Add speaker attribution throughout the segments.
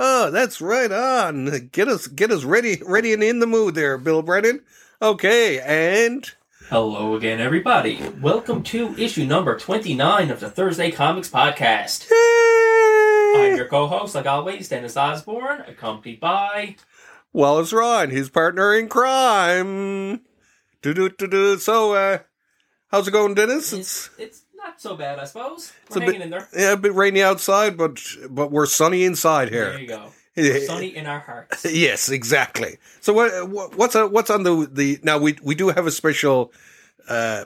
Speaker 1: Oh, That's right on. Get us get us ready ready and in the mood there, Bill Brennan. Okay, and
Speaker 2: Hello again, everybody. Welcome to issue number 29 of the Thursday Comics Podcast. I'm
Speaker 1: Yay!
Speaker 2: your co host, like always, Dennis Osborne, accompanied by.
Speaker 1: Wallace Ron, his partner in crime. Do do do do. So, uh, how's it going, Dennis?
Speaker 2: It's,
Speaker 1: It's
Speaker 2: it's not so bad, I suppose.
Speaker 1: It's
Speaker 2: We're
Speaker 1: a
Speaker 2: hanging
Speaker 1: bit-
Speaker 2: in there.
Speaker 1: yeah, a bit rainy outside, but but we're sunny inside
Speaker 2: There
Speaker 1: here.
Speaker 2: you go.
Speaker 1: Yeah.
Speaker 2: Sunny in our hearts.
Speaker 1: Yes, exactly. So what what- what's on- what's on the the now we we do have a special uh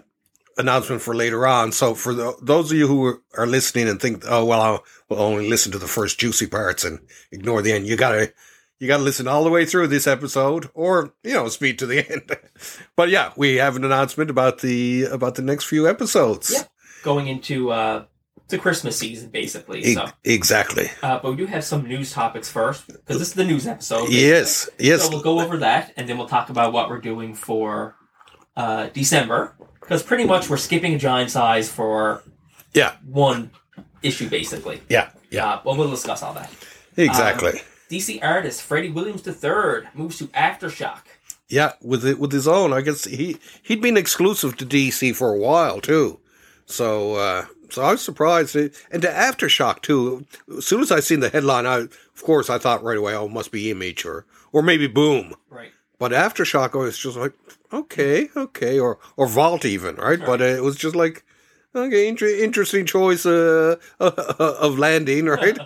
Speaker 1: announcement for later on. So for the, those of you who are listening and think oh well I'll will only listen to the first juicy parts and ignore the end, you got to you got to listen all the way through this episode or you know speed to the end. but yeah, we have an announcement about the about the next few episodes.
Speaker 2: Yeah. Going into uh, the Christmas season, basically.
Speaker 1: E-
Speaker 2: So,
Speaker 1: exactly.
Speaker 2: uh, But we do have some news topics first, because this is the news episode.
Speaker 1: Yes. Yes.
Speaker 2: So we'll go over that, and then we'll talk about what we're doing for uh, December, because pretty much we're skipping a giant size for
Speaker 1: Yeah.
Speaker 2: one issue, basically.
Speaker 1: yeah. Yeah.
Speaker 2: Uh, but we'll discuss all that.
Speaker 1: Exactly.
Speaker 2: DC artist Freddie Williams III moves to Aftershock.
Speaker 1: Yeah, with it, with his own. I guess he he'd been exclusive to DC for a while too. So uh, so I was surprised, and to aftershock too. As soon as I seen the headline, I of course I thought right away, oh, it must be Image or or maybe Boom.
Speaker 2: Right.
Speaker 1: But aftershock, I was just like, okay, okay, or or Vault even, right? But uh, it was just like, okay, inter- interesting choice uh, of landing, right?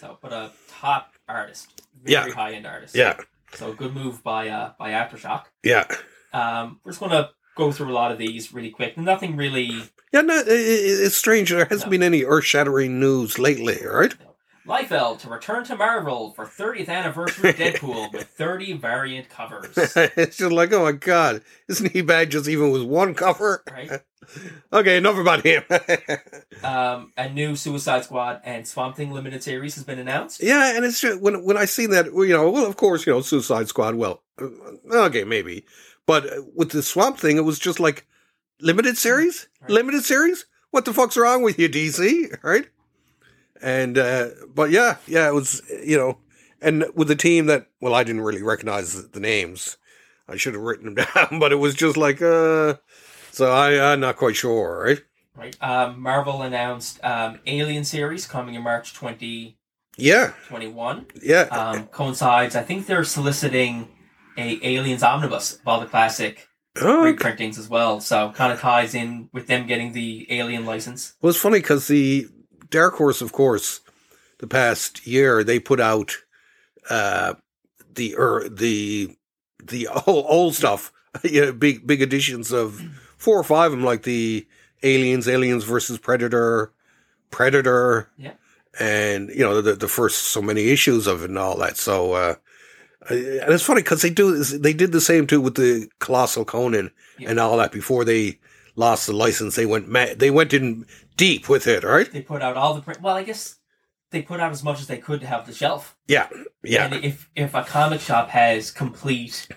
Speaker 2: So, but a top artist,
Speaker 1: Yeah.
Speaker 2: very high end artist.
Speaker 1: yeah,
Speaker 2: So good move by uh, by Aftershock.
Speaker 1: yeah.
Speaker 2: Um, we're just gonna go through a lot of these really quick. Nothing really
Speaker 1: Yeah, no, it, it, it's strange. There hasn't
Speaker 2: No.
Speaker 1: been any earth-shattering news lately, right?
Speaker 2: Liefeld to return to Marvel for 30th anniversary Deadpool with 30 variant covers.
Speaker 1: it's just like, oh my god, isn't he bad just even with one cover?
Speaker 2: Right?
Speaker 1: Okay, enough about him.
Speaker 2: Um, a new Suicide Squad and Swamp Thing limited series has been announced.
Speaker 1: yeah, and it's just, when when I seen that, well, you know, well, of course, you know, Suicide Squad. Well, uh, okay, maybe, but uh, with the Swamp Thing, it was just like limited series,
Speaker 2: Right.
Speaker 1: limited series. What the fuck's wrong with you, DC? Right? And uh, but yeah, yeah, it was you know, and with a team that well, I didn't really recognize the names. I should have written them down, but it was just like uh, so I I'm not quite sure, right?
Speaker 2: Right? Um, Marvel announced um, Alien series coming in March 2021.
Speaker 1: Yeah, yeah.
Speaker 2: Um, coincides, I think they're soliciting a Aliens omnibus of all the classic
Speaker 1: Oh, okay.
Speaker 2: reprintings as well. So kind of ties in with them getting the Alien license.
Speaker 1: Well, it's funny because the Dark Horse, of course, the past year they put out uh, the er, the the old, old stuff, yeah, big big editions of
Speaker 2: Mm.
Speaker 1: four or five of them, like the Aliens, Aliens versus Predator, Predator,
Speaker 2: Yeah.
Speaker 1: and you know the the first so many issues of it and all that. So. Uh, uh, and it's funny because they do they did the same too with the colossal Conan
Speaker 2: Yeah.
Speaker 1: and all that before they lost the license. They went mad. They went in deep with it, right?
Speaker 2: They put out all the print. Well, I guess they put out as much as they could to have the shelf.
Speaker 1: Yeah, yeah,
Speaker 2: And if if a comic shop has complete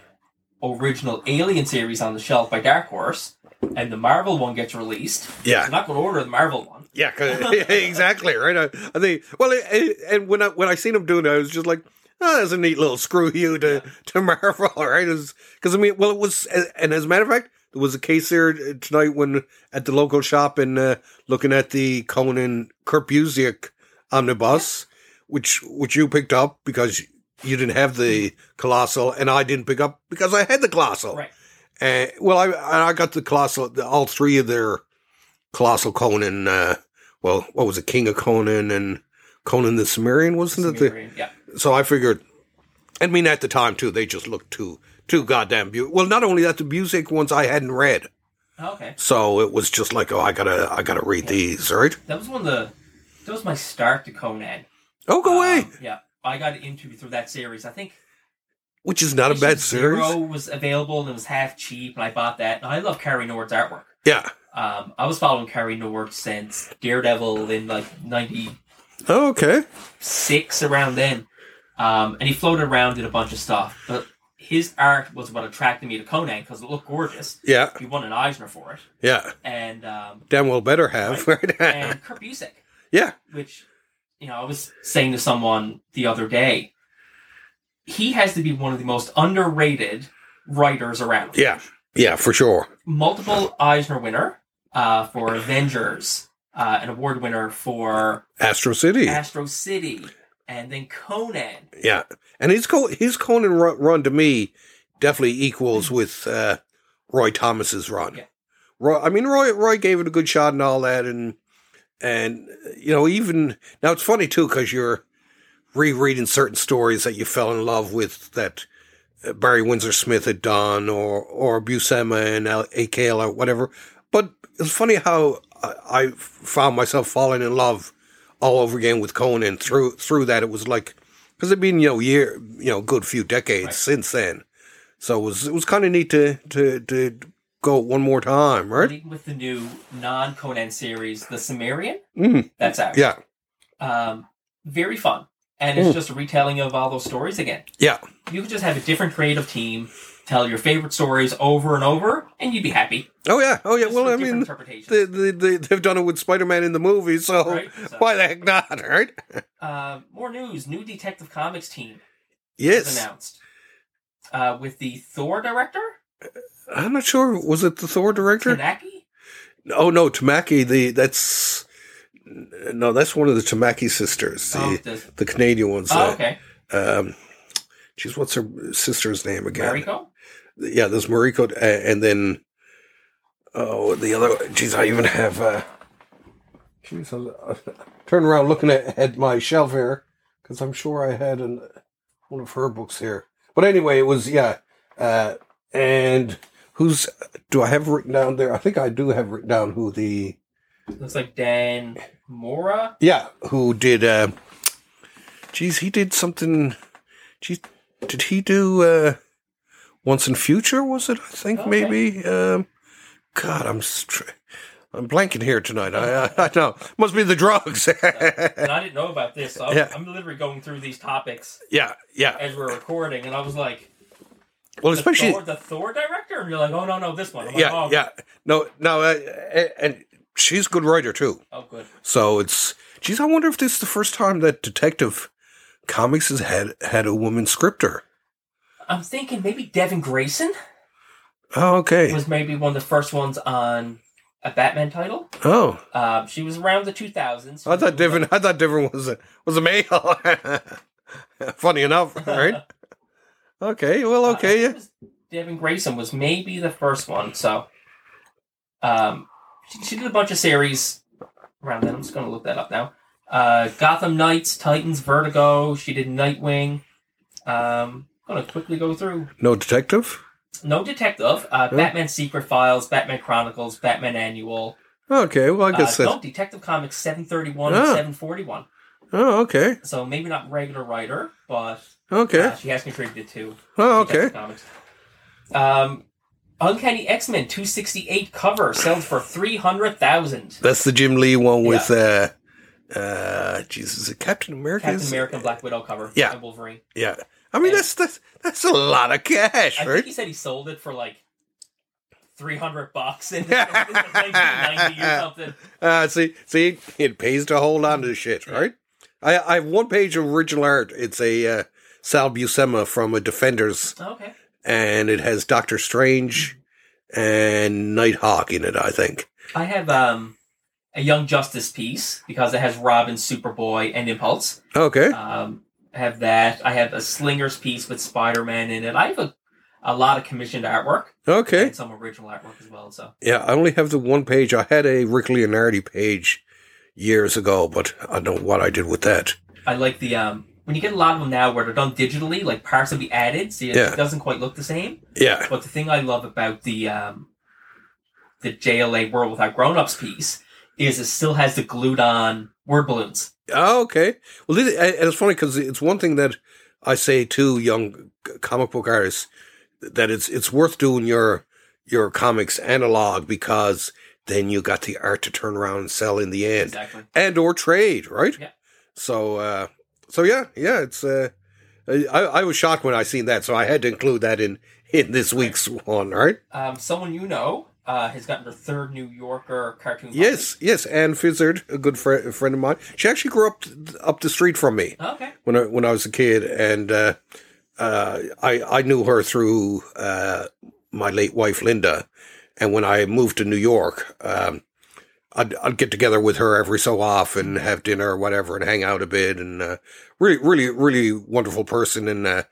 Speaker 2: original Alien series on the shelf by Dark Horse, and the Marvel one gets released,
Speaker 1: yeah,
Speaker 2: I'm not going to order the Marvel one.
Speaker 1: yeah. 'cause- exactly, right. I, I think. Well, it, it- and when I when I seen him doing that, I was just like. Oh, that's a neat little screw you to, to Marvel, right? Because I mean, well, it was, and as a matter of fact, there was a case there tonight when at the local shop and uh, looking at the Conan Kurt Busiek omnibus, which which you picked up because you didn't have the colossal, and I didn't pick up because I had the colossal.
Speaker 2: Right.
Speaker 1: Uh, well, I I got the colossal, the, all three of their colossal Conan. Uh, well, what was it, King of Conan and Conan the Sumerian, wasn't it?
Speaker 2: Yeah.
Speaker 1: The, so I figured. I mean, at the time too, they just looked too too goddamn beautiful. Well, not only that, the music ones I hadn't read,
Speaker 2: Okay.
Speaker 1: so it was just like, oh, I gotta I gotta read these, right?
Speaker 2: That was one of the. That was my start to Conan.
Speaker 1: Oh, go away,
Speaker 2: Um, yeah. I got into through that series. I think
Speaker 1: which is not a
Speaker 2: issue
Speaker 1: bad series.
Speaker 2: Zero was available and it was half cheap, and I bought that. And I love Carrie Nord's artwork.
Speaker 1: Yeah.
Speaker 2: Um, I was following Carrie Nord since Daredevil in like ninety
Speaker 1: Oh, okay.
Speaker 2: six around then, um, and he floated around did a bunch of stuff. But his art was what attracted me to Conan because it looked gorgeous.
Speaker 1: Yeah,
Speaker 2: He won an Eisner for it,
Speaker 1: yeah.
Speaker 2: and um,
Speaker 1: Damn well better have.
Speaker 2: and Kurt Busiek,
Speaker 1: yeah,
Speaker 2: which you know I was saying to someone the other day, he has to be one of the most underrated writers around.
Speaker 1: Yeah. Yeah, for sure.
Speaker 2: Multiple Eisner winner uh, for Avengers, uh, an award winner for
Speaker 1: Astro City.
Speaker 2: Astro City, and then Conan.
Speaker 1: yeah. And his co- his Conan run, run to me definitely equals with uh, Roy Thomas's run.
Speaker 2: Yeah.
Speaker 1: Roy, I mean Roy Roy gave it a good shot and all that and and you know even now it's funny too cuz you're rereading certain stories that you fell in love with that uh, Barry Windsor Smith had done or or Buscema and Al- AKL or whatever. But it's funny how I, I found myself falling in love all over again with Conan through through that. It was like because it'd been you know year you know good few decades
Speaker 2: Right.
Speaker 1: since then. So it was it was kind of neat to to to go one more time, right?
Speaker 2: Leading with the new non Conan series, The Sumerian.
Speaker 1: Mm,
Speaker 2: That's out.
Speaker 1: yeah,
Speaker 2: Um, very fun. And it's
Speaker 1: Mm.
Speaker 2: just a retelling of all those stories again.
Speaker 1: yeah,
Speaker 2: You could just have a different creative team tell your favorite stories over and over, and you'd be happy.
Speaker 1: oh yeah, oh yeah.
Speaker 2: Just
Speaker 1: Well,
Speaker 2: with
Speaker 1: I
Speaker 2: different
Speaker 1: mean,
Speaker 2: interpretations.
Speaker 1: they, they, they they've done it with Spider Man in the movie, so
Speaker 2: Right, so-
Speaker 1: why the heck not, right?
Speaker 2: Uh, more news: new Detective Comics team is
Speaker 1: Yes,
Speaker 2: announced uh, with the Thor director
Speaker 1: I'm not sure. Was it the Thor director?
Speaker 2: Tanaki.
Speaker 1: Oh no, Tamaki. The that's no, that's one of the Tamaki sisters, the
Speaker 2: Oh, the-
Speaker 1: the Canadian ones.
Speaker 2: oh,
Speaker 1: uh,
Speaker 2: okay,
Speaker 1: um, geez, what's her sister's name again?
Speaker 2: Mariko.
Speaker 1: Yeah, there's Mariko, uh, and then oh, the other. Geez, I even have. Uh, geez, I, I turn around looking at, at my shelf here because I'm sure I had an, one of her books here. But anyway, it was yeah, uh, and who's do I have written down there? I think I do have written down who the
Speaker 2: Looks like Dan Mora.
Speaker 1: yeah, who did? Uh, geez, he did something. Geez, did he do uh, Once in Future? Was it? I think
Speaker 2: Okay.
Speaker 1: maybe. Um, God, I'm str- I'm blanking here tonight. I, I, I know must be the drugs.
Speaker 2: And I didn't know about this. So I'm,
Speaker 1: Yeah.
Speaker 2: I'm literally going through these topics
Speaker 1: yeah, yeah.
Speaker 2: as we're recording, and I was like,
Speaker 1: Well,
Speaker 2: the
Speaker 1: especially
Speaker 2: Thor, the Thor director, and you're like, oh no, no, this one. I'm like,
Speaker 1: yeah,
Speaker 2: oh,
Speaker 1: yeah. No, no, uh, and, and she's a good writer too.
Speaker 2: Oh, good.
Speaker 1: So it's geez, I wonder if this is the first time that Detective Comics has had had a woman scripter.
Speaker 2: I'm thinking maybe Devin Grayson
Speaker 1: Oh, okay.
Speaker 2: was maybe one of the first ones on a Batman title.
Speaker 1: Oh.
Speaker 2: Um, she was around the 2000s.
Speaker 1: I thought Devin. I thought Devin was a was a male. Funny enough, right? okay. Well,
Speaker 2: Uh, I
Speaker 1: okay.
Speaker 2: think
Speaker 1: Yeah.
Speaker 2: it was Devin Grayson was maybe the first one, so um, she, she did a bunch of series around that. I'm just gonna look that up now. Uh, Gotham Knights, Titans, Vertigo. She did Nightwing. Um, gonna quickly go through.
Speaker 1: No detective.
Speaker 2: No Detective, uh,
Speaker 1: Hmm.
Speaker 2: Batman Secret Files, Batman Chronicles, Batman Annual.
Speaker 1: Okay. Well, I guess
Speaker 2: uh,
Speaker 1: that.
Speaker 2: no Detective Comics 731
Speaker 1: Ah.
Speaker 2: and 741.
Speaker 1: Oh, okay.
Speaker 2: So maybe not regular writer, but
Speaker 1: Okay.
Speaker 2: uh, she has contributed to
Speaker 1: oh,
Speaker 2: Detective
Speaker 1: okay.
Speaker 2: Comics. Um, Uncanny X Men 268 cover sells for 300,000.
Speaker 1: That's the Jim Lee one with. uh uh Jesus, Captain America.
Speaker 2: Captain
Speaker 1: is-
Speaker 2: America and Black Widow cover.
Speaker 1: Yeah.
Speaker 2: And Wolverine.
Speaker 1: Yeah. I mean,
Speaker 2: And-
Speaker 1: that's that's that's a lot of cash,
Speaker 2: I
Speaker 1: right?
Speaker 2: think he said he sold it for like 300 bucks in, in like 1990 or something.
Speaker 1: Uh, see, see, it pays to hold on to shit, right? I, I have one page of original art. It's a uh, Sal Buscema from a Defenders
Speaker 2: Okay.
Speaker 1: and it has Doctor Strange and Nighthawk in it, I think.
Speaker 2: I have um, a Young Justice piece because it has Robin, Superboy, and Impulse.
Speaker 1: Okay.
Speaker 2: Um, I have that. I have a slingers piece with Spider Man in it. I have a, a lot of commissioned artwork
Speaker 1: Okay.
Speaker 2: and some original artwork as well. So
Speaker 1: Yeah, I only have the one page. I had a Rick Leonardi page years ago, but I don't know what I did with that.
Speaker 2: I like the um when you get a lot of them now where they're done digitally, like parts will be added, so it
Speaker 1: Yeah.
Speaker 2: doesn't quite look the same.
Speaker 1: Yeah.
Speaker 2: But the thing I love about the um the JLA World Without Grown Ups piece is it still has the glued on word balloons.
Speaker 1: Oh, okay. Well, this, and it's funny because it's one thing that I say to young comic book artists that it's it's worth doing your your comics analog because then you got the art to turn around and sell in the end.
Speaker 2: Exactly.
Speaker 1: and or trade, right?
Speaker 2: Yeah.
Speaker 1: So, uh, so yeah, yeah, it's. Uh, I, I was shocked when I seen that, so I had to include that in in this week's one, right?
Speaker 2: Um, someone you know uh, has gotten her third New Yorker cartoon. copy.
Speaker 1: Yes, yes. Anne Fizzard, a good fri friend of mine, she actually grew up up the street from me
Speaker 2: Okay.
Speaker 1: when I when I was a kid, and uh, uh, I I knew her through uh, my late wife Linda, and when I moved to New York, um, I'd, I'd get together with her every so often, have dinner or whatever, and hang out a bit. And uh, really, really, really wonderful person. And uh,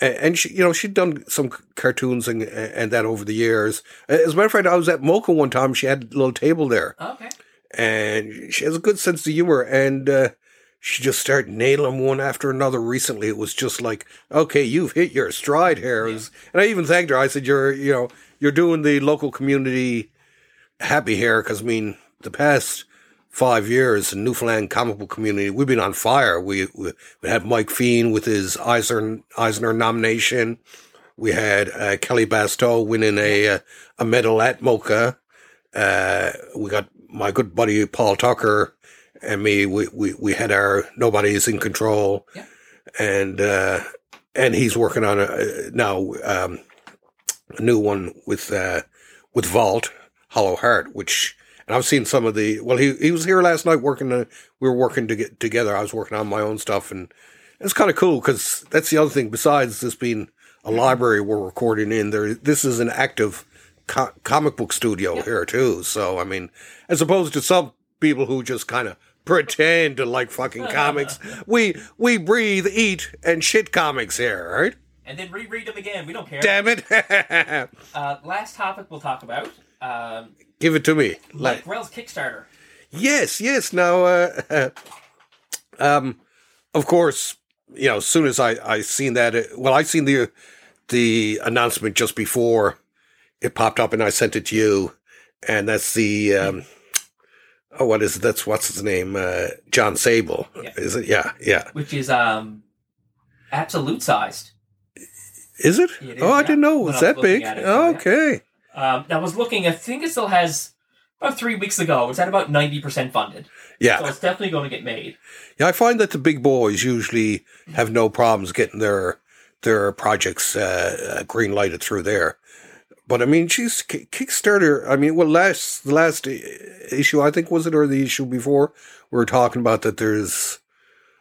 Speaker 1: a- and she, you know, she'd done some c- cartoons and and that over the years. As a matter of fact, I was at Mocha one time. She had a little table there,
Speaker 2: Okay.
Speaker 1: and she has a good sense of humor. And uh, she just started nailing one after another. Recently, it was just like, okay, you've hit your stride here. It was- And I even thanked her. I said, you're, you know, you're doing the local community happy here because I mean, the past five years in Newfoundland comic book community, we've been on fire. We we, we had Mike Fien with his Eisner Eisner nomination. We had uh, Kelly Bastow winning a uh, a medal at Mocha. Uh, we got my good buddy Paul Tucker and me. We we, we had our Nobody's in Control,
Speaker 2: Yeah.
Speaker 1: and uh, and he's working on a now um, a new one with uh, with Vault Hollow Heart, which and I've seen some of the. Well, he he was here last night working. Uh, we were working to get together. I was working on my own stuff, and it's kind of cool because that's the other thing. Besides this being a library we're recording in, there this is an active co- comic book studio here too. So I mean, as opposed to some people who just kind of pretend to like fucking comics, we we breathe, eat, and shit comics here, right?
Speaker 2: And then reread them again. We don't care.
Speaker 1: Damn it!
Speaker 2: Uh, last topic we'll talk about. Um,
Speaker 1: Give it to me.
Speaker 2: Mike Grell's Kickstarter.
Speaker 1: Yes, yes. Now, uh, uh, um, of course, you know, as soon as I I seen that, uh, well, I seen the the announcement just before it popped up, and I sent it to you, and that's the um, oh, what is it? that's what's his name, uh, John Sable,
Speaker 2: Yeah.
Speaker 1: is it? Yeah, yeah,
Speaker 2: which is um absolute sized.
Speaker 1: is it?
Speaker 2: It is,
Speaker 1: oh, I
Speaker 2: yeah.
Speaker 1: didn't know it was
Speaker 2: When I was
Speaker 1: that big.
Speaker 2: looking at it, yeah.
Speaker 1: okay,
Speaker 2: Um, I was looking. I think it still has about three weeks ago. It's at about ninety percent funded,
Speaker 1: yeah.
Speaker 2: so it's definitely going to get made.
Speaker 1: Yeah, I find that the big boys usually have no problems getting their their projects uh, uh, green lighted through there. But I mean, she's Ki- Kickstarter. I mean, well, last the last i- issue I think was it or the issue before we were talking about that there's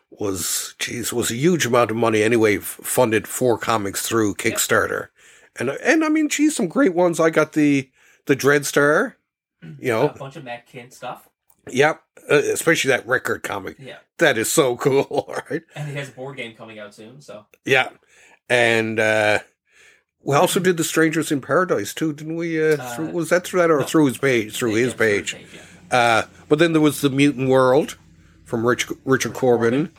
Speaker 1: was geez was a huge amount of money anyway f- funded for comics through Kickstarter, and and I mean, geez, some great ones. I got the the Dreadstar, you
Speaker 2: A
Speaker 1: know,
Speaker 2: bunch of Matt Kent stuff.
Speaker 1: yep, uh, especially that record comic.
Speaker 2: Yeah,
Speaker 1: That is so cool, all right.
Speaker 2: and it has a board game coming out soon. So
Speaker 1: Yeah. And uh, we also did the Strangers in Paradise too, didn't we? Uh,
Speaker 2: Uh,
Speaker 1: through, was that through that or
Speaker 2: no.
Speaker 1: through his page? Through
Speaker 2: Yeah,
Speaker 1: his page.
Speaker 2: yeah.
Speaker 1: Uh, but then there was the Mutant World from Rich, Richard Corbin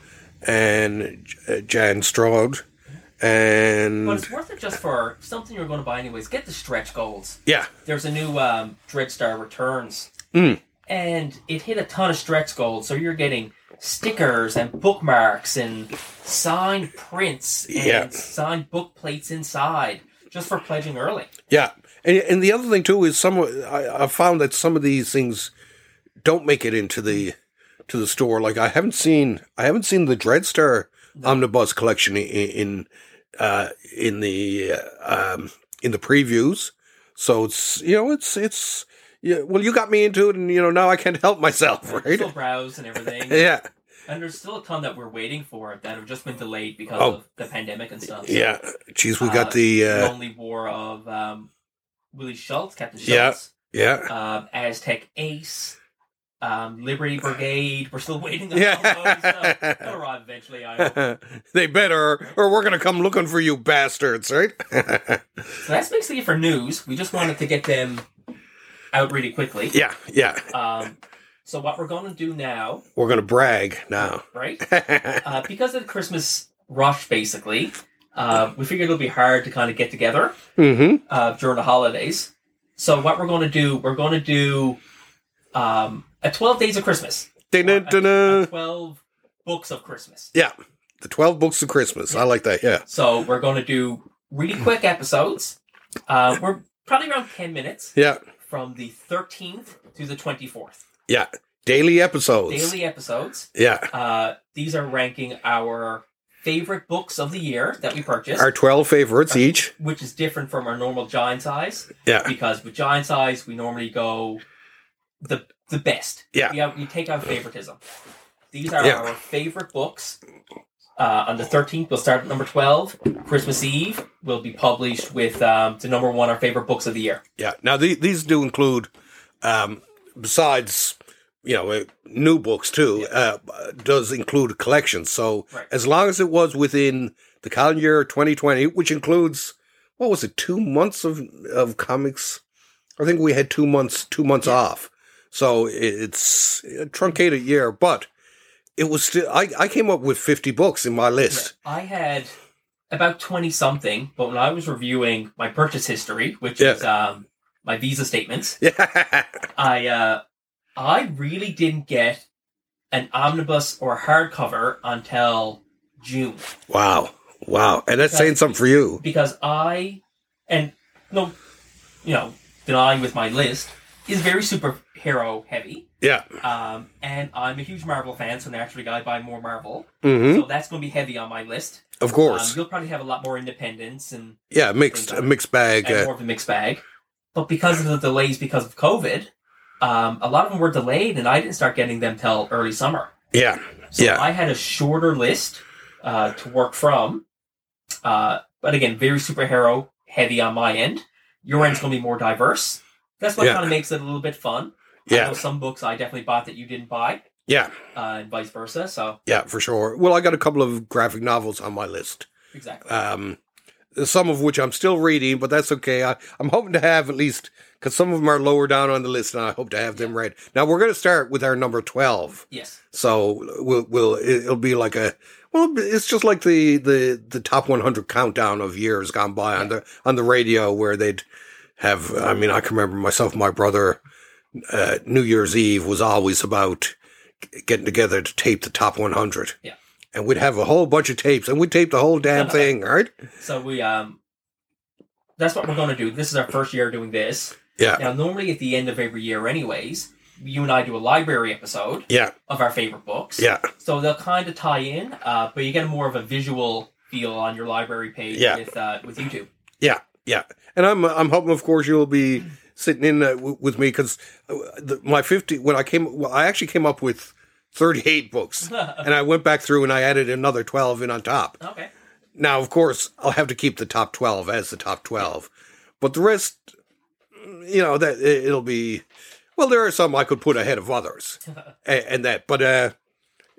Speaker 1: and uh, Jan Strode,
Speaker 2: But
Speaker 1: and
Speaker 2: it's worth it just for something you're going to buy anyways. Get the stretch goals.
Speaker 1: yeah,
Speaker 2: There's a new um, Dreadstar Returns,
Speaker 1: Mm.
Speaker 2: and it hit a ton of stretch goals. So you're getting stickers and bookmarks and signed prints and
Speaker 1: Yeah.
Speaker 2: signed book plates inside just for pledging early.
Speaker 1: yeah. And, and the other thing too is some. I, I found that some of these things don't make it into the to the store. Like I haven't seen I haven't seen the Dreadstar omnibus collection in in, uh, in the uh, um, in the previews. So it's you know it's it's yeah. Well, you got me into it, and you know now I can't help myself, right?
Speaker 2: Still browse and everything.
Speaker 1: Yeah,
Speaker 2: and there's still a ton that we're waiting for that have just been delayed because
Speaker 1: Oh.
Speaker 2: of the pandemic and stuff.
Speaker 1: yeah. Geez, we
Speaker 2: Uh,
Speaker 1: got the
Speaker 2: The
Speaker 1: uh,
Speaker 2: Lonely War of um, Willie Schultz, Captain
Speaker 1: Yeah.
Speaker 2: Schultz.
Speaker 1: yeah.
Speaker 2: um, Aztec Ace, um, Liberty Brigade. We're still waiting on
Speaker 1: Yeah.
Speaker 2: all those stuff. They'll arrive eventually, I hope.
Speaker 1: they better, or we're gonna come looking for you bastards, right?
Speaker 2: So that's basically it for news. We just wanted to get them out really quickly.
Speaker 1: yeah, yeah.
Speaker 2: Um, so what we're going to do now,
Speaker 1: We're gonna brag now.
Speaker 2: right? Uh, because of the Christmas rush, basically, uh, we figured it'll be hard to kind of get together.
Speaker 1: hmm
Speaker 2: uh, during the holidays. So what we're going to do, we're going to do um, a 12 days of Christmas. A- a
Speaker 1: Da-na-da-na.
Speaker 2: 12 books of Christmas.
Speaker 1: Yeah. The 12 books of Christmas. I like that. Yeah.
Speaker 2: So we're going to do really quick episodes. Uh, we're probably around 10 minutes
Speaker 1: Yeah.
Speaker 2: from the 13th to the 24th.
Speaker 1: Yeah. Daily episodes.
Speaker 2: Daily episodes.
Speaker 1: Yeah.
Speaker 2: Uh, these are ranking our favorite books of the year that we purchased,
Speaker 1: Our 12 favorites each.
Speaker 2: which is different from our normal giant size
Speaker 1: Yeah.
Speaker 2: because with giant size we normally go the the best.
Speaker 1: Yeah.
Speaker 2: We, have, we take out favoritism. These are
Speaker 1: Yeah.
Speaker 2: our favorite books Uh, on the 13th, we'll start at number 12. Christmas Eve will be published with um, the number one, our favorite books of the year.
Speaker 1: Yeah. Now the, these do include, um, besides you know uh, new books too, uh, does include collections. So
Speaker 2: Right.
Speaker 1: as long as it was within the calendar year 2020, which includes what was it, two months of of comics? I think we had two months two months off. So i- it's a truncated year, but it was still. I, I came up with 50 books in my list.
Speaker 2: I had about 20 something, but when I was reviewing my purchase history, which
Speaker 1: Yeah.
Speaker 2: is um, my visa statements,
Speaker 1: Yeah.
Speaker 2: I uh, I really didn't get an omnibus or hardcover until June
Speaker 1: wow. Wow. And that's saying something for you.
Speaker 2: because I and no, you know, denying with my list is very superhero heavy,
Speaker 1: Yeah.
Speaker 2: um, and I'm a huge Marvel fan, so naturally I buy more Marvel,
Speaker 1: hmm
Speaker 2: so that's going to be heavy on my list.
Speaker 1: Of
Speaker 2: Um,
Speaker 1: course.
Speaker 2: you'll probably have a lot more independence and
Speaker 1: yeah. Mixed a mixed bag.
Speaker 2: and
Speaker 1: Uh,
Speaker 2: more of a mixed bag. But because of the delays, because of COVID, um, a lot of them were delayed, and I didn't start getting them till early summer.
Speaker 1: yeah.
Speaker 2: So
Speaker 1: Yeah.
Speaker 2: I had a shorter list uh, to work from. Uh, but again, very superhero heavy on my end. Your end's going to be more diverse. That's what
Speaker 1: Yeah.
Speaker 2: kind of makes it a little bit fun. I know
Speaker 1: Yeah.
Speaker 2: some books I definitely bought that you didn't buy,
Speaker 1: Yeah.
Speaker 2: uh, and vice versa. So
Speaker 1: Yeah. For sure. Well, I got a couple of graphic novels on my list.
Speaker 2: exactly.
Speaker 1: Um, some of which I'm still reading, but that's okay. I, I'm hoping to have at least because some of them are lower down on the list, and I hope to have them read. Now we're going to start with our number twelve.
Speaker 2: yes.
Speaker 1: So we'll, we'll it'll be like a well, it's just like the the the top 100 countdown of years gone by on the on the radio where they'd have. I mean, I can remember myself, and my brother. Uh, New Year's Eve was always about getting together to tape the top 100.
Speaker 2: Yeah.
Speaker 1: And we'd have a whole bunch of tapes, and we'd tape the whole damn thing, right?
Speaker 2: So we um, that's what we're going to do. This is our first year doing this.
Speaker 1: Yeah.
Speaker 2: Now, normally at the end of every year, anyways, you and I do a library episode
Speaker 1: Yeah,
Speaker 2: of our favorite books.
Speaker 1: yeah,
Speaker 2: So they'll kind of tie in, uh, but you get more of a visual feel on your library page
Speaker 1: Yeah.
Speaker 2: with uh, with YouTube.
Speaker 1: yeah. And I'm I'm hoping, of course, you'll be sitting in uh, w- with me because my 50 when I came, well, I actually came up with 38 books. and I went back through and I added another 12 in on top.
Speaker 2: okay.
Speaker 1: Now, of course, I'll have to keep the top 12 as the top 12, but the rest, you know, that it- it'll be. Well, there are some I could put ahead of others, and, and that, but uh,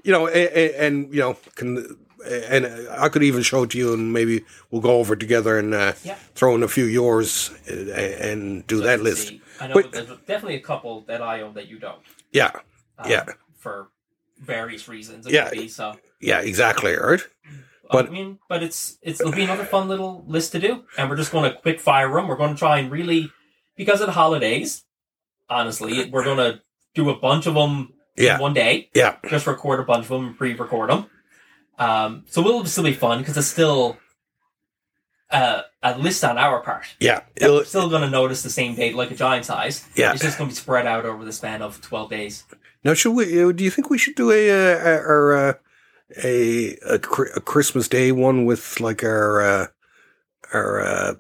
Speaker 1: you know, and, and you know, can and I could even show it to you, and maybe we'll go over it together and uh,
Speaker 2: Yeah.
Speaker 1: throw in a few yours and, and do
Speaker 2: So
Speaker 1: that
Speaker 2: you
Speaker 1: list.
Speaker 2: see- I know
Speaker 1: But-
Speaker 2: there's definitely a couple that I own that you don't.
Speaker 1: Yeah,
Speaker 2: um,
Speaker 1: Yeah.
Speaker 2: For various reasons. It
Speaker 1: Yeah.
Speaker 2: could Be, so.
Speaker 1: yeah, exactly, right?
Speaker 2: But
Speaker 1: But-
Speaker 2: I mean, but it's it's it'll be another fun little list to do, and we're just going to quick fire them. We're going to try and really, because of the holidays, honestly, we're going to do a bunch of them
Speaker 1: Yeah.
Speaker 2: in one day.
Speaker 1: Yeah.
Speaker 2: just record a bunch of them and pre-record them. Um, so it'll still be fun because it's still uh, a list on our part.
Speaker 1: Yeah,
Speaker 2: We're
Speaker 1: it'll-
Speaker 2: still going to notice the same date like a giant size.
Speaker 1: yeah.
Speaker 2: It's just going to be spread out over the span of twelve days.
Speaker 1: Now, should we? uh, Do you think we should do a uh, our, uh, a a, Chri- a Christmas Day one with like our uh, our uh,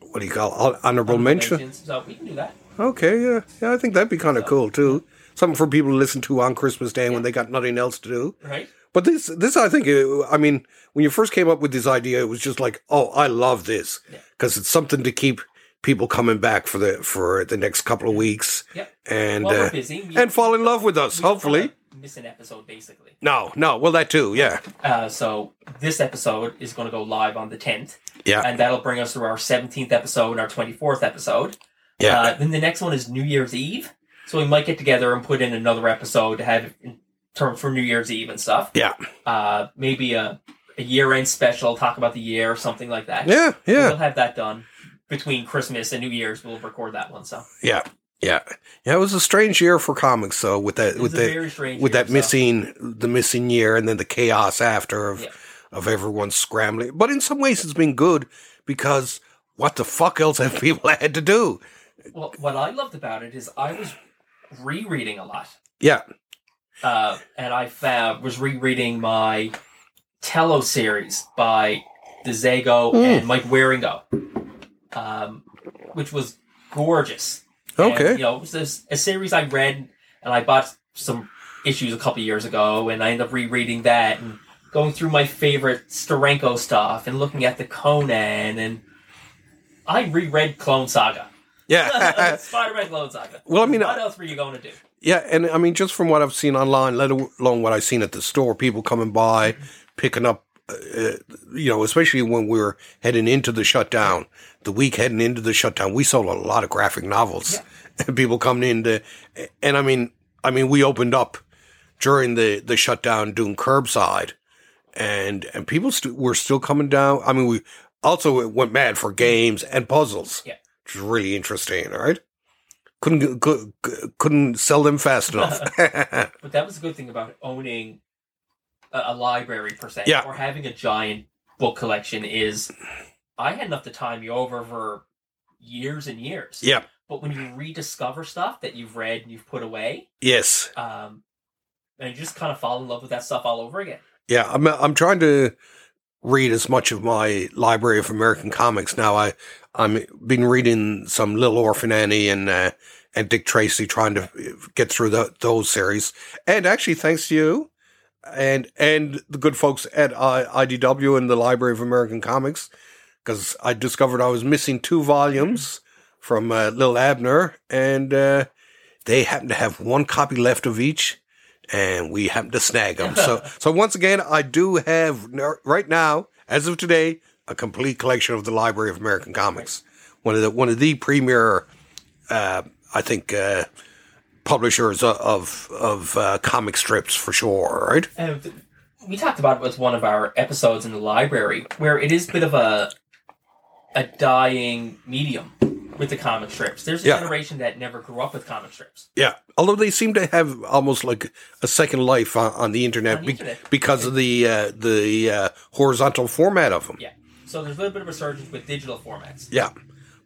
Speaker 1: what do you call it? honorable mention?
Speaker 2: Mentions, So we can do that.
Speaker 1: Okay, yeah, yeah. I think that'd be kind of cool too. Something for people to listen to on Christmas Day
Speaker 2: Yeah.
Speaker 1: when they got nothing else to do.
Speaker 2: Right?
Speaker 1: But this, this, I think, uh, I mean, when you first came up with this idea, it was just like, oh, I love this
Speaker 2: Yeah.
Speaker 1: because it's something to keep people coming back for the for the next couple of weeks
Speaker 2: Yep.
Speaker 1: and
Speaker 2: well, we're
Speaker 1: uh,
Speaker 2: busy. We-
Speaker 1: and fall in love with us,
Speaker 2: we don't
Speaker 1: hopefully.
Speaker 2: wanna miss an episode basically.
Speaker 1: No, no. Well, that too. Yeah,
Speaker 2: Uh, so this episode is going to go live on the tenth,
Speaker 1: yeah,
Speaker 2: and that'll bring us to our seventeenth episode and our twenty fourth episode.
Speaker 1: yeah,
Speaker 2: Uh, then the next one is New Year's Eve, so we might get together and put in another episode to have in term for New Year's Eve and stuff.
Speaker 1: yeah,
Speaker 2: Uh, maybe a, a year end special, talk about the year or something like that.
Speaker 1: yeah, yeah,
Speaker 2: We'll have that done between Christmas and New Year's. We'll record that one. So
Speaker 1: yeah, yeah. Yeah, it was a strange year for comics, though, with that,
Speaker 2: It's
Speaker 1: with
Speaker 2: a
Speaker 1: the,
Speaker 2: very strange
Speaker 1: with
Speaker 2: year,
Speaker 1: that
Speaker 2: so-
Speaker 1: missing, the missing year, and then the chaos after of,
Speaker 2: Yeah.
Speaker 1: of everyone scrambling. But in some ways, it's been good because what the fuck else have people had to do?
Speaker 2: Well, what I loved about it is I was rereading a lot.
Speaker 1: Yeah,
Speaker 2: uh, and I found, was rereading my Tello series by DeZago
Speaker 1: Mm.
Speaker 2: and Mike Waringo, um, which was gorgeous.
Speaker 1: Okay.
Speaker 2: and, you know, it was this- a series I read and I bought some issues a couple years ago, and I ended up rereading that and going through my favorite Starenko stuff and looking at the Conan and I reread Clone Saga.
Speaker 1: Yeah.
Speaker 2: Spider-Man Clone Saga.
Speaker 1: Well, I mean,
Speaker 2: what else were you going to do?
Speaker 1: Yeah, and I mean, just from what I've seen online, let alone what I've seen at the store, people coming by,
Speaker 2: Mm-hmm.
Speaker 1: picking up, uh, uh, you know, especially when we were heading into the shutdown, the week heading into the shutdown, we sold a lot of graphic novels. And people coming in to, and I mean, I mean, we opened up during the the shutdown doing curbside, and and people st- were still coming down. I mean, we also went mad for games and puzzles.
Speaker 2: Yeah.
Speaker 1: which is really interesting. All right couldn't cou- cou- couldn't sell them fast enough.
Speaker 2: But that was a good thing about owning a, a library per se,
Speaker 1: Yeah.
Speaker 2: or having a giant book collection is I had enough to time you over for years and years.
Speaker 1: Yeah.
Speaker 2: But when you rediscover stuff that you've read and you've put away,
Speaker 1: yes,
Speaker 2: um, and you just kind of fall in love with that stuff all over again.
Speaker 1: yeah. I'm uh, I'm trying to read as much of my library of American comics now. I I'm been reading some Little Orphan Annie and uh, and Dick Tracy, trying to uh, get through the, those series. And actually, thanks to you and and the good folks at I, IDW and the Library of American Comics, because I discovered I was missing two volumes from uh, Little Abner, and uh, they happen to have one copy left of each. And we happened to snag them. So, so once again, I do have ner- right now, as of today, a complete collection of the Library of American Comics, one of the one of the premier, uh, I think, uh, publishers o- of of uh, comic strips for sure, right?
Speaker 2: And we talked about it with one of our episodes in the library, where it is a bit of a a dying medium with the comic strips. There's a
Speaker 1: Yeah.
Speaker 2: generation that never grew up with comic strips.
Speaker 1: Yeah. Although they seem to have almost like a second life on, on the internet,
Speaker 2: On the
Speaker 1: be-
Speaker 2: internet.
Speaker 1: because of the uh, the uh, horizontal format of them.
Speaker 2: Yeah. So there's a little bit of resurgence with digital formats.
Speaker 1: Yeah.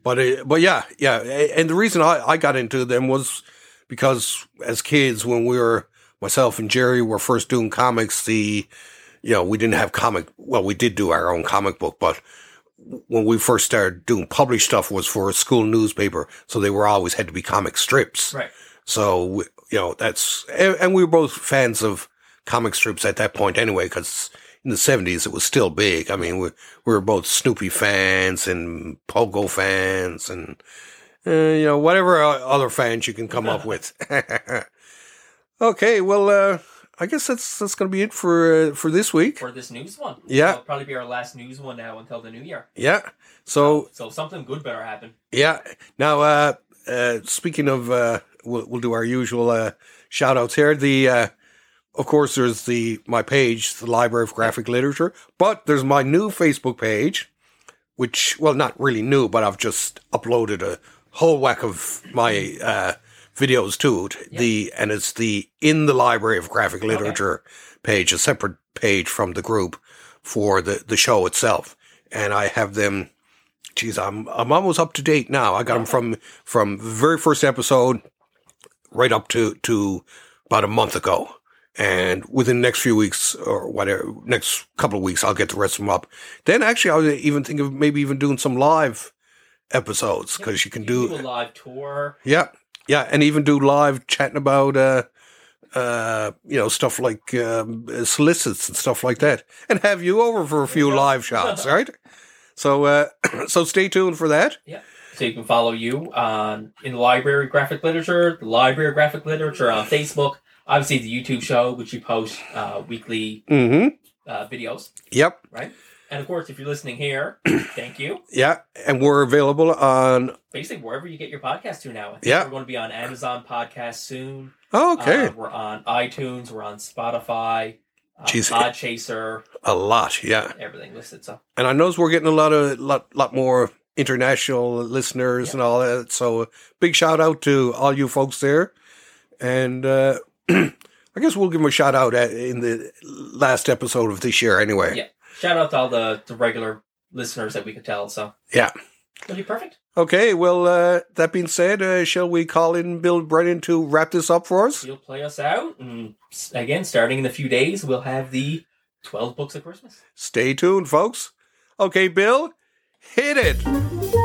Speaker 1: But uh, but yeah, yeah. A- And the reason I, I got into them was because as kids, when we were myself and Jerry were first doing comics, the you know we didn't have comic. Well, we did do our own comic book, but when we first started doing published stuff was for a school newspaper, so they were always had to be comic strips.
Speaker 2: Right.
Speaker 1: So we- you know that's and, and we were both fans of comic strips at that point anyway, because in the seventies it was still big. I mean, we we were both Snoopy fans and Pogo fans and uh, you know whatever o- other fans you can come up with. okay, well, uh, I guess that's that's going to be it for uh, for this week.
Speaker 2: For this news one.
Speaker 1: Yeah.
Speaker 2: It'll probably be our last news one now until the new year.
Speaker 1: Yeah. So
Speaker 2: So something good better happen.
Speaker 1: Yeah. Now, uh, uh, speaking of, uh, we'll, we'll do our usual uh, shout outs here. The, uh, of course, there's the my page, the Library of Graphic Literature, but there's my new Facebook page, which, well, not really new, but I've just uploaded a whole whack of my uh, videos to it. The and it's the in the Library of Graphic Literature page, a separate page from the group for the the show itself, and I have them geez, I'm I'm almost up to date now. I got them from from the very first episode right up to to about a month ago, and within the next few weeks or whatever, next couple of weeks, I'll get the rest of them up. Then actually, I was even thinking of maybe even doing some live episodes because you can do
Speaker 2: a live tour.
Speaker 1: yeah, yeah, and even do live chatting about uh, uh, you know, stuff like um, solicits and stuff like that, and have you over for a few
Speaker 2: Yeah.
Speaker 1: live shots, right? So, uh, so stay tuned for that.
Speaker 2: So you can follow you on in the library of graphic literature, the library of graphic literature on Facebook. Obviously the YouTube show, which you post uh, weekly
Speaker 1: Mm-hmm.
Speaker 2: uh, videos,
Speaker 1: Yep.
Speaker 2: right? And of course, if you're listening here, thank you.
Speaker 1: Yeah, and we're available on.
Speaker 2: Basically, wherever you get your podcast to now. I think
Speaker 1: Yeah.
Speaker 2: We're going to be on Amazon Podcast soon.
Speaker 1: Oh, okay,
Speaker 2: Uh, we're on iTunes. We're on Spotify. Uh,
Speaker 1: Jeez.
Speaker 2: Podchaser.
Speaker 1: a lot. Yeah,
Speaker 2: Everything listed. So
Speaker 1: and I notice we're getting a lot of lot lot more international listeners
Speaker 2: Yeah.
Speaker 1: and all that. So, big shout out to all you folks there, and uh, I guess we'll give them a shout out at, in the last episode of this year, anyway.
Speaker 2: Yeah. shout out to all the, the regular listeners that we could tell. So
Speaker 1: Yeah.
Speaker 2: it'll be perfect.
Speaker 1: Okay, well, uh, that being said, uh, shall we call in Bill Brennan to wrap this up for us?
Speaker 2: You'll play us out, and s- again, starting in a few days, we'll have the twelve books of Christmas.
Speaker 1: Stay tuned, folks. Okay, Bill, hit it.
Speaker 3: Thank you.